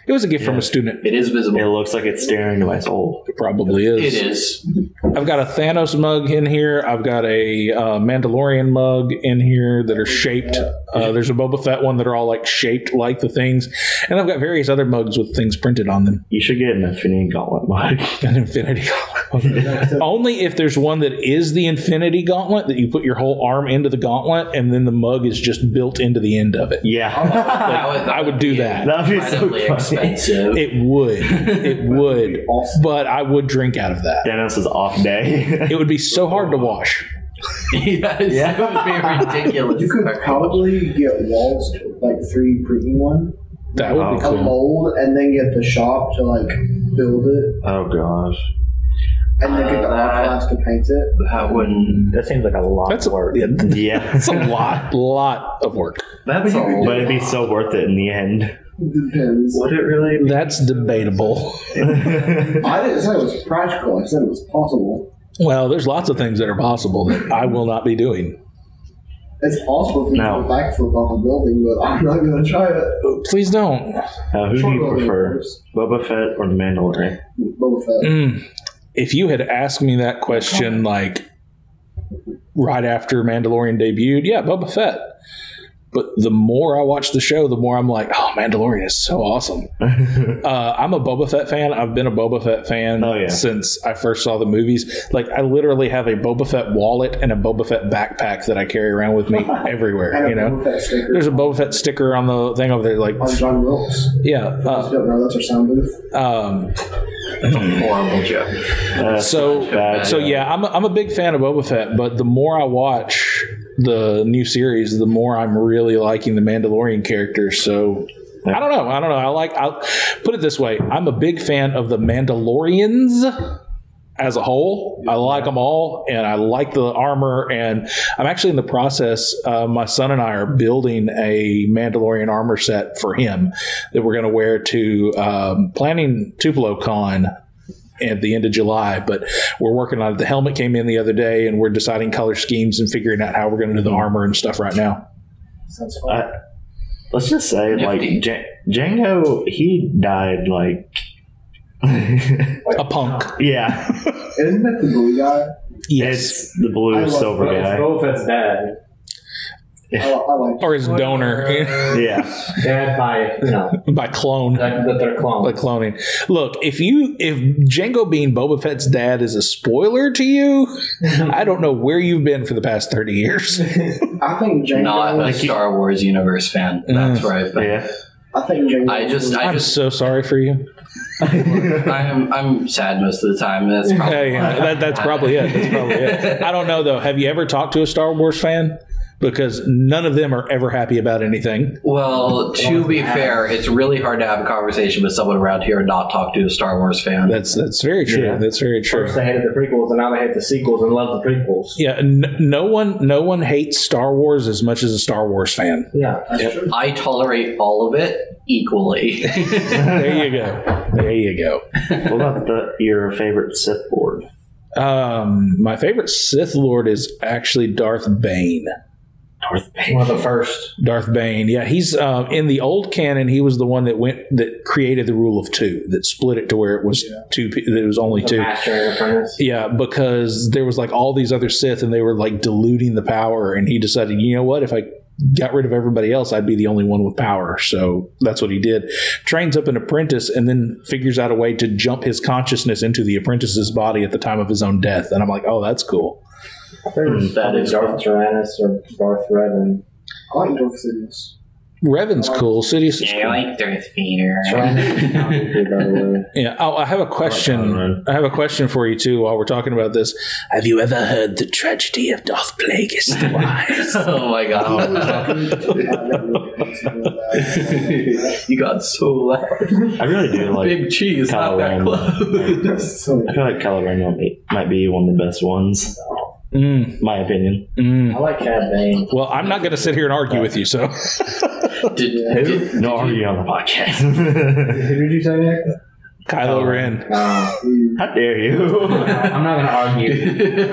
It was a gift from
Yeah.
a student.
It is
It
visible.
looks like it's staring into my soul.
It probably is.
It is.
I've got a Thanos mug in here. I've got a uh, Mandalorian mug in here that are shaped. Uh, there's a Boba Fett one that are all like shaped like the things, and I've got various other mugs with things printed on them.
You should get an Infinity Gauntlet mug.
An Infinity Gauntlet. Only if there's one that is the Infinity Gauntlet that you put your whole arm into the gauntlet, and then the mug is just built into the end of it.
Yeah.
That would-
I would do
be
that.
That'd be so
incredibly
funny.
expensive.
It would. It would.
Awesome.
But I would drink out of that.
Dennis is off day.
It would be so hard to wash.
yeah, it's
Yeah.
would be ridiculous.
You could probably get walls like three printing one,
That would be
a
cool.
mold, and then get the shop to like build it,
oh gosh.
and then get the
Uh,
art class to paint it.
that wouldn't.
That seems like a lot
That's
of
a,
work.
yeah,
Yeah.
that's a lot, lot of work.
That's a
But it'd be so worth it in the end.
Depends.
Would it really?
That's debatable.
I didn't say it was practical. I said it was possible.
Well, there's lots of things that are possible that I will not be doing.
It's possible for me
No.
to backflip off a building, but I'm not gonna try it.
Please don't.
Now, Uh, who do
Short
you
building, of
prefer,
course.
Boba Fett or the Mandalorian?
Boba Fett.
Mm. If you had asked me that question, like right after Mandalorian debuted, yeah, Boba Fett. But the more I watch the show, the more I'm like, oh, Mandalorian is so awesome. uh, I'm a Boba Fett fan. I've been a Boba Fett fan
Oh, yeah.
since I first saw the movies. Like, I literally have a Boba Fett wallet and a Boba Fett backpack that I carry around with me everywhere.
And
You
a
know,
Boba Fett sticker
there's a Boba Fett sticker on the thing over there. Like,
on John Wilkes.
yeah.
I
Uh,
don't know. That's our sound booth.
um,
Horrible joke.
Uh,
so
bad.
So yeah, I'm a, I'm a big fan of Boba Fett, but the more I watch the new series, the more I'm really liking the Mandalorian character. So I don't know, I don't know. I like. I put it this way: I'm a big fan of the Mandalorians as a whole. I like them all, and I like the armor. And I'm actually in the process. Uh, my son and I are building a Mandalorian armor set for him that we're going to wear to um, planning Tupelo Con at the end of July, but we're working on it. The helmet came in the other day, and we're deciding color schemes and figuring out how we're going to do the armor and stuff right now.
Sounds fun.
Uh, let's just say, like,
Nifty.
J- Django, he died, like.
A punk,
yeah.
Isn't that the blue guy?
yes,
It's the
I
blue
love
silver
But it's
guy.
Boba Fett's dad.
I, I like.
or his donor
Yeah.
Dad by, you know,
by clone.
that, that they're clones.
By cloning. Look, if you if Django being Boba Fett's dad is a spoiler to you, I don't know where you've been for the past thirty years.
I think Django.
Not a
Like you-
Star Wars universe fan. That's where I've been.
Yeah.
I think Django.
I just, I
I'm
just,
so sorry for you.
I'm, I'm sad most of the time. That's probably
Hey,
why.
that, that's probably it. That's probably it. I don't know though. Have you ever talked to a Star Wars fan? because none of them are ever happy about anything.
Well, to be fair, it's really hard to have a conversation with someone around here and not talk to a Star Wars fan.
That's that's very true.
Yeah.
That's very true.
First they hated the prequels, and now they hate the sequels and love the prequels.
Yeah, n- no one no one hates Star Wars as much as a Star Wars fan.
Yeah,
That's true.
I tolerate all of it equally.
There you go. There you go.
what about the, your favorite Sith board?
Um, my favorite Sith Lord is actually Darth Bane.
one of the first.
Darth Bane. Yeah, he's uh, in the old canon. He was the one that went that created the rule of two, that split it to where it was two. pe- That it was only
The
two.
Master and Apprentice.
Yeah, because there was like all these other Sith, and they were like diluting the power, and he decided, you know what, if I got rid of everybody else, I'd be the only one with power. So that's what he did. Trains up an apprentice, and then figures out a way to jump his consciousness into the apprentice's body at the time of his own death. And I'm like, oh, that's cool.
Mm,
Probably
is
Darth Tyrannus or Darth Revan.
I like Darth Sidious.
Revan's cool. City's
like Darth Vader.
Tyrannus, by the way.
Yeah. Oh, I have a question. I have a question for you too. While we're talking about this, have you ever heard the tragedy of Darth Plagueis the Wise?
oh my god.
Oh.
you got so loud.
I really do like.
Big cheese, not that
Kylo Ren.
close.
so,
I feel like Kylo Ren might be, might be one of the best ones.
mm,
My opinion.
mm.
I like Cad Bane.
Well, I'm not going to sit here and argue with you. So,
Did, did,
No argue on the podcast.
who did you say Nick?
Kylo Ren.
Uh,
How dare you?
I'm not going to argue.
oh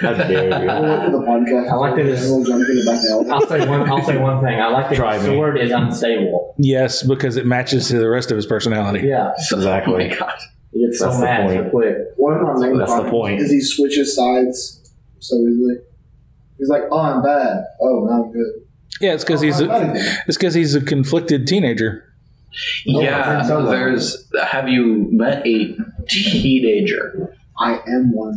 How dare you?
the podcast.
I like that it's-
Everyone jumped in the back now.
I'll say one. I'll say one thing. I like that
Try
his
me.
sword is unstable.
Yes, because it matches to the rest of his personality.
Yeah,
oh my
Exactly.
god.
he gets so
That's the
mad so
point.
quick.
One of my main
That's the
problems
point.
is he switches sides so easily. He's like, oh, I'm bad. Oh, now I'm good.
Yeah, it's because
Oh,
he's
I'm bad
a,
again.
it's because he's a conflicted teenager.
No, I
yeah,
think so.
there's. Have you met a teenager?
I am one.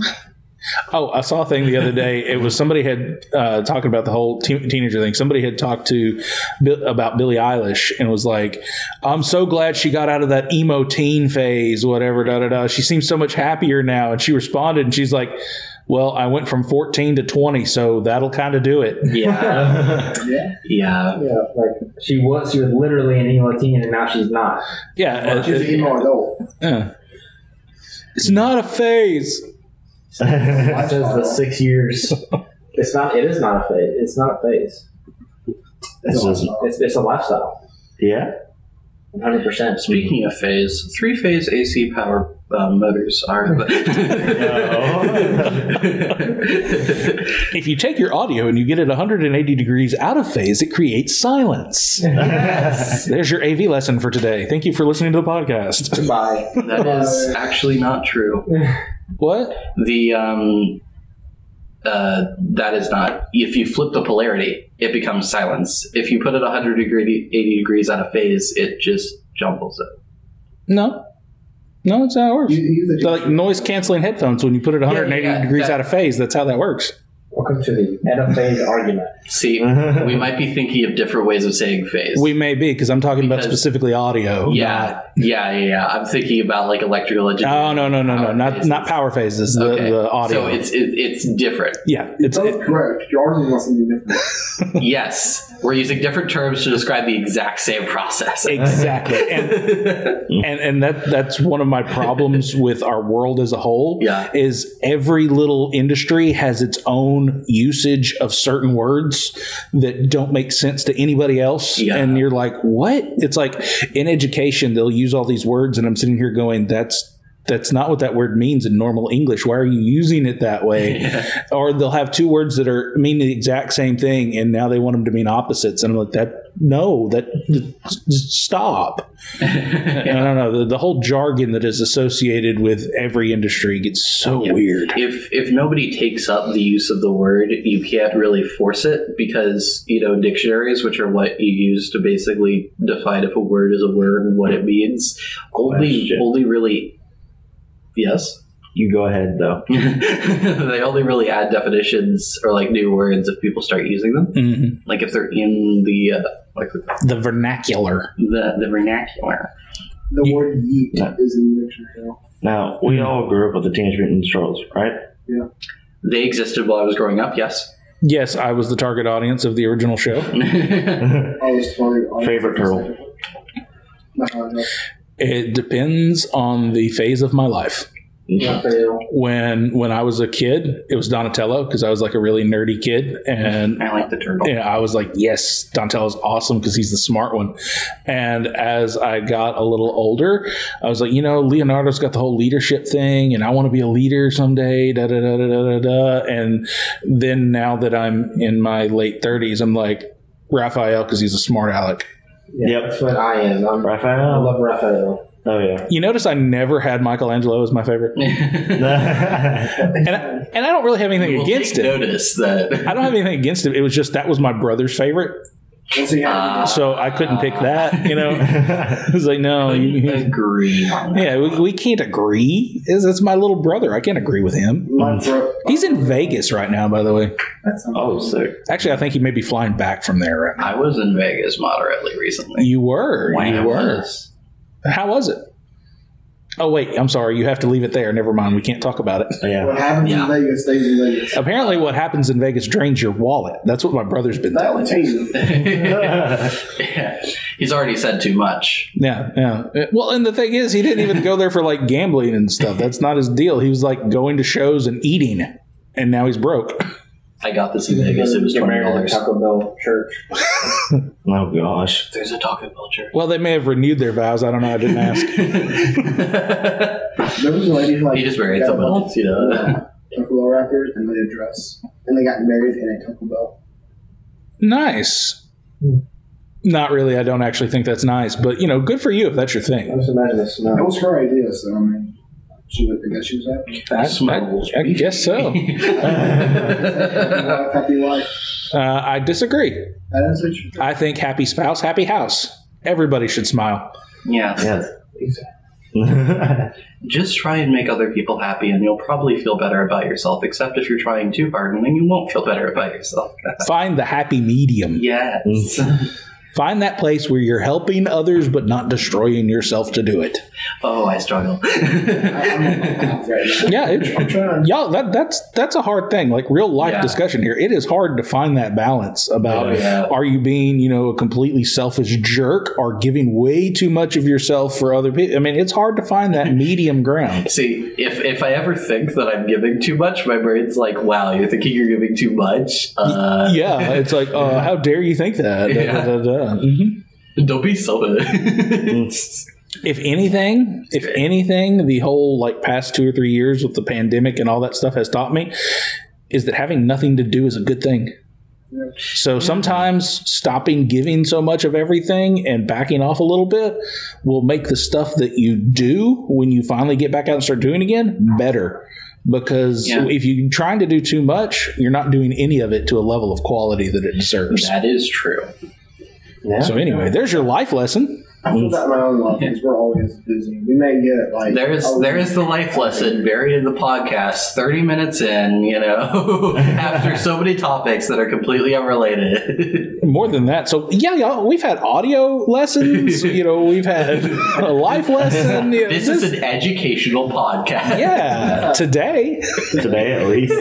Oh, I saw a thing the other day. It was somebody had uh, talking about the whole teen teenager thing. Somebody had talked to Bi- about Billie Eilish and was like, "I'm so glad she got out of that emo teen phase, whatever." Da da da. She seems so much happier now. And she responded, and she's like, "Well, I went from 14 to 20, so that'll kind of do it."
Yeah,
Yeah.
yeah.
Yeah, like she was. She was literally an emo teen, and now she's not.
Yeah, uh,
She's an emo adult.
uh. it's not a phase.
That says the six years. It's not. It is not a phase. It's not a phase.
This is-
It's, it's a lifestyle.
yeah.
One hundred percent.
Speaking of phase, three phase AC power uh, motors are. The
If you take your audio and you get it 180 degrees out of phase, it creates silence. There's your AV lesson for today. Thank you for listening to the podcast.
Goodbye.
that is actually not true.
What?
the um uh that is not if you flip the polarity it becomes silence if you put it 100 degree 80 degrees out of phase it just jumbles it
No. No, it's how it works.
You, you the
They're like noise canceling headphones when you put it 180
yeah,
degrees
that-
out of phase. That's how that works.
Welcome to the end of phase argument.
see we might be thinking of different ways of saying phase
We may be because I'm talking about
Because-
specifically audio.
yeah, yeah yeah yeah i'm thinking about like electrical engineering
Not, oh no no no no
Power
not
phases.
not power phases the,
Okay.
the audio.
so it's it, it's different
yeah it's
That's
it-
correct. Your argument must be different.
yes we're using different terms to describe the exact same process
exactly and and and that that's one of my problems with our world as a whole
Yeah.
is every little industry has its own usage of certain words that don't make sense to anybody else
Yeah.
and you're like what it's like in education they'll use all these words and i'm sitting here going that's that's not what that word means in normal English. Why are you using it that way? Or they'll have two words that are mean the exact same thing, and now they want them to mean opposites. And I'm like, that no, that just stop. And I don't know. The, the whole jargon that is associated with every industry gets so weird.
if if nobody takes up the use of the word, you can't really force it because you know dictionaries, which are what you use to basically define if a word is a word and what it means, only
Question.
only really yes,
You go ahead though.
they only really add definitions or like new words if people start using them,
Mhm.
like if they're in the uh, like the
The vernacular.
the vernacular.
The
You-
word yeet
No.
is in the dictionary now.
Now
Hmm.
we all grew up with the Teenage Mutant Ninja Turtles, right?
They existed while I was growing up. Yes,
Yes, I was the target audience of the original show.
I was totally honest.
Favorite turtle.
No, no.
It depends on the phase of my life.
Not real.
When when I was a kid, it was Donatello because I was like a really nerdy kid, and
I like the turtle.
yeah, I was like, yes, Donatello's awesome because he's the smart one. And as I got a little older, I was like, you know, Leonardo's got the whole leadership thing, and I want to be a leader someday. Da da da da da da. da. And then now that I'm in my late thirties, I'm like Raphael because he's a smart aleck.
Yeah,
Yep.
That's what I am. I'm, I
Raphael.
love Raphael.
Oh yeah.
You notice I never had Michelangelo as my favorite, and I, and I don't really have anything
You will
against
take
it.
Notice that.
I don't have anything against it. It was just that was my brother's favorite,
Once he had
Ah.
so I couldn't pick that. You know, I was like, no, you-
agree on that.
yeah, we, we can't agree. It's, it's my little brother. I can't agree with him.
my bro-
He's in Vegas right now, by the way.
That's not
oh, sick.
Actually, I think he may be flying back from there right
I was in Vegas moderately
now.
recently.
You were, you were.
Yes.
How was it? Oh wait, I'm sorry. You have to leave it there. Never mind. We can't talk about it.
Yeah.
what happens
Yeah.
in Vegas stays in Vegas.
Apparently, what happens in Vegas drains your wallet. That's what my brother's been
That would
telling.
change it.
yeah. He's already said too much.
Yeah, yeah. Well, and the thing is, he didn't even go there for like gambling and stuff. That's not his deal. He was like going to shows and eating, and now he's broke.
I got this in Vegas. It was
Get
twenty
married at
dollars.
Taco Bell Church.
oh gosh.
There's a Taco Bell church.
Well, they may have renewed their vows. I don't know. I didn't ask.
There was a lady who like
he just married
got a
someone.
bunch
You know.
of Taco Bell wrappers and then a dress, and they got married in a Taco Bell.
Nice. Not really. I don't actually think that's nice, but you know, good for you if that's your
I
thing.
just imagine the
That
smell.
was her idea, so I mean, she would think that she was happy.
I,
smells
I- I guess so.
Happy wife, happy wife.
Uh, I disagree.
That is such
I think happy spouse, happy house. Everybody should smile.
yeah.
Yes.
Just try and make other people happy, and you'll probably feel better about yourself. Except if you're trying too hard, and then you won't feel better about yourself.
Find the happy medium.
yes.
Find that place where you're helping others but not destroying yourself to do it.
Oh, I struggle.
I'm on my mouth right now.
Yeah, it,
I'm trying.
y'all that that's that's a hard thing like real life
Yeah.
discussion here it is hard to find that balance about
Oh, yeah.
are you being you know a completely selfish jerk or giving way too much of yourself for other people i mean it's hard to find that medium ground
See, if if I ever think that I'm giving too much, my brain's like, "Wow, you're thinking you're giving too much." Uh,
yeah it's like uh, how dare you think that Da, da, da, da.
Mm-hmm.
Mhm.
Don't be so.
if anything if anything the whole like past two or three years with the pandemic and all that stuff has taught me is that having nothing to do is a good thing So sometimes stopping giving so much of everything and backing off a little bit will make the stuff that you do when you finally get back out and start doing again better. Because
Yeah.
if you're trying to do too much, you're not doing any of it to a level of quality that it deserves.
that is true.
Yeah.
So anyway, there's your life lesson.
I feel that in my own life because we're always busy. We may get like
There is
oh,
there is the life lesson buried in the podcast, thirty minutes in. You know, after so many topics that are completely unrelated.
More than that, so yeah, y'all, we've had audio lessons. you know, we've had a life lesson. you know,
this is an educational podcast.
yeah, today.
Today at least.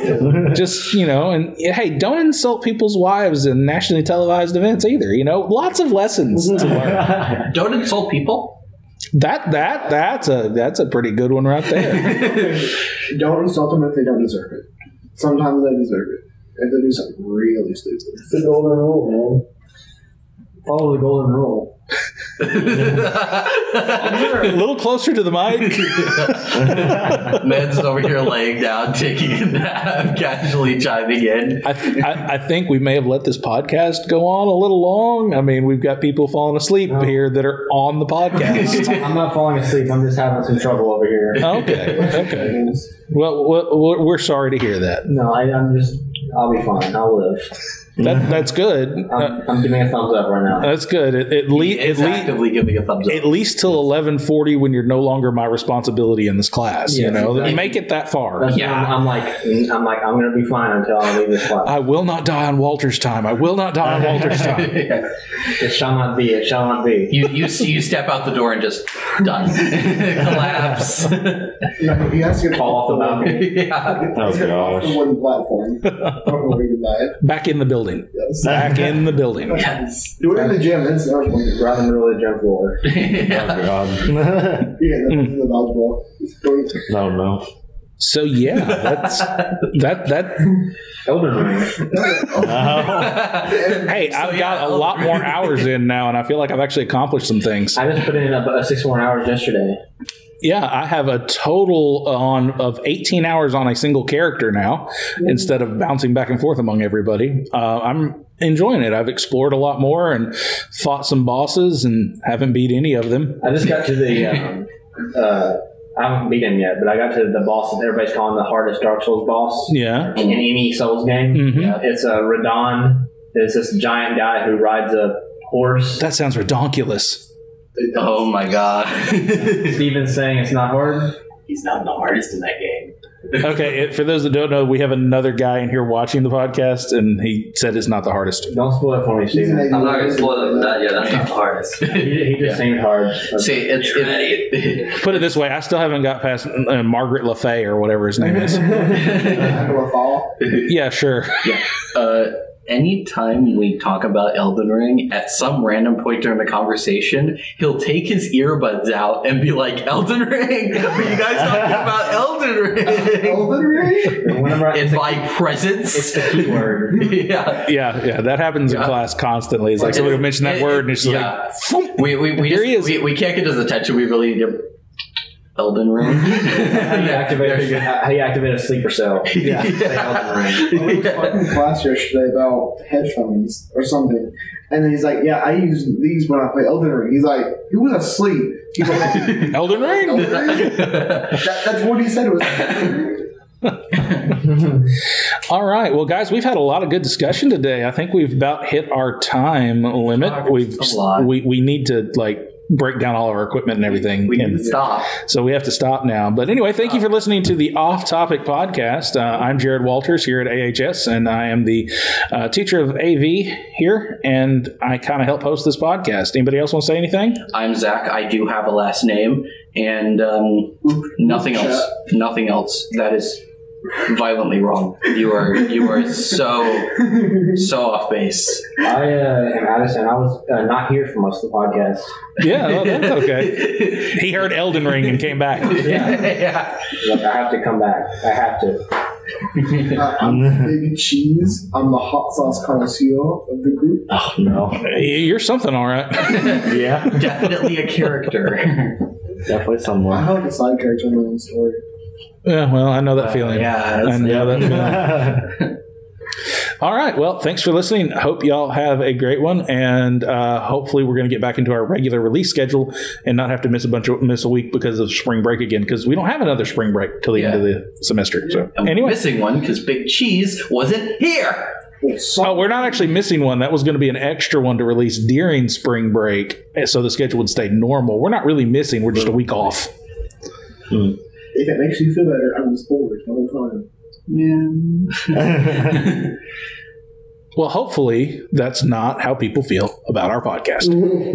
just you know and hey don't insult people's wives in nationally televised events either you know lots of lessons to
Mm-hmm.
learn
Don't insult people.
that that that's a that's a pretty good one right there
Don't insult them if they don't deserve it. Sometimes they deserve it if they do something really stupid.
It's the golden rule, man. Follow the golden rule.
a little closer to the mic
Men's over here laying down, taking a nap, casually chiming in.
I, I i think we may have let this podcast go on a little long i mean we've got people falling asleep
Oh.
here that are on the podcast
I'm not falling asleep. I'm just having some trouble over here.
okay okay well we're, we're sorry to hear that
No, I, I'm just. I'll be fine. I'll live.
That, that's good.
I'm, I'm giving a thumbs up right now.
That's good. At, at, le-
He
at,
is
le-
actively giving a thumbs up.
at least till eleven forty, when you're no longer my responsibility in this class. you
Yes,
know,
exactly.
make it that far.
That's
Yeah.
yeah, I'm, I'm like, I'm like, I'm gonna be fine until I leave this spot.
I will not die on Walter's time. I will not die on Walter's time.
It shall not be. It shall not be.
you you see you step out the door and just done collapse.
Yeah, he has to get
Fall off the balcony.
yeah.
He's
Oh,
gonna fall off
gosh.
the wooden platform. Before we can buy it.
Back in the building.
Yes.
Back in the building.
Yes.
You went in the gym, that's the knowledge ball.
Right in the middle of the gym floor.
yeah.
Oh, God.
Yeah, that's the knowledge ball. It's going-
no, no.
So yeah, that's that that.
Elden Ring.
No.
Hey, I've
yeah,
got a
Elden
lot more
Ring.
hours in now, and I feel like I've actually accomplished some things.
I just put in about six more hours yesterday.
Yeah, I have a total on of 18 hours on a single character now,
Mm-hmm.
instead of bouncing back and forth among everybody. Uh, I'm enjoying it. I've explored a lot more and fought some bosses, and haven't beat any of them.
I just got to the. Um, uh, I haven't beat him yet, but I got to the boss that everybody's calling the hardest Dark Souls boss
Yeah.
in any Souls game.
Mhm.
Yeah.
It's a Radon. It's this giant guy who rides a horse.
That sounds redonkulous.
Oh my god.
Steven's saying it's not hard.
He's not the hardest in that game.
Okay, it, for those that don't know, we have another guy in here watching the podcast, and he said it's not the hardest.
Don't spoil it for me,
he's
Steven.
making-
I'm not gonna spoil it. That, yeah, that's not the hardest.
He, he just seemed hard.
See, it's
You're an idiot.
it,
Put it this way: I still haven't got past uh, Margaret LaFay or whatever his name is.
I'm gonna fall.
yeah, sure.
uh Anytime we talk about Elden Ring, at some random point during the conversation, he'll take his earbuds out and be like, Elden Ring? Are you guys talking about Elden Ring?
Elden Ring?
Whenever I,
In
it's, a,
my
it's
presence?
the key word.
yeah.
Yeah, yeah, that happens in
Yeah.
class constantly. It's like somebody will mention that
It-
word, and it's just
yeah.
like, "Phoom."
We we we,
Here he
just,
is.
we we can't get his attention. We really need to. Elden Ring.
how you activate
There-
how you activate a sleeper cell.
Yeah.
I was
Yeah.
talking in class yesterday about headphones or something, and then he's like, "Yeah, I use these when I play Elden Ring." He's like, "He was asleep." He was like,
Elden Ring.
Elden Ring? That, that's what he said was.
All right, well, guys, we've had a lot of good discussion today. I think we've about hit our time limit. We've
a lot.
we we need to like break down all of our equipment and everything.
we
and-
need to stop.
So we have to stop now. But anyway, thank you for listening to the Off Topic Podcast. Uh, I'm Jared Walters here at AHS, and I am the uh, teacher of AV here, and I kind of help host this podcast. Anybody else want to say anything?
I'm Zach. I do have a last name, and um, nothing else. Nothing else. That is violently wrong. You are you are so so off base.
I uh, am Addison. I was uh, not here for most of the podcast.
Yeah, no, that's okay. He heard Elden Ring and came back.
yeah.
Look, I have to come back. I have to.
Uh, I'm Baby Cheese. I'm the hot sauce connoisseur of the group.
Oh, no.
You're something, all right.
Yeah.
Definitely a character.
Definitely
I
someone.
have like a side character in my own story.
Yeah, well, I know that feeling.
yeah.
I know that feeling.
Yep.
uh, All right. Well, thanks for listening. Hope y'all have a great one, and uh, hopefully we're going to get back into our regular release schedule and not have to miss a bunch of miss a week because of spring break again because we don't have another spring break till the end of the semester. So
I'm
anyway,
missing one because Big Cheese wasn't here.
Well, so-
oh, we're not actually missing one. That was going to be an extra one to release during spring break, and so the schedule would stay normal. We're not really missing. We're just a week off.
if it makes you feel better, I was bored the whole time.
Well, hopefully that's not how people feel about our podcast.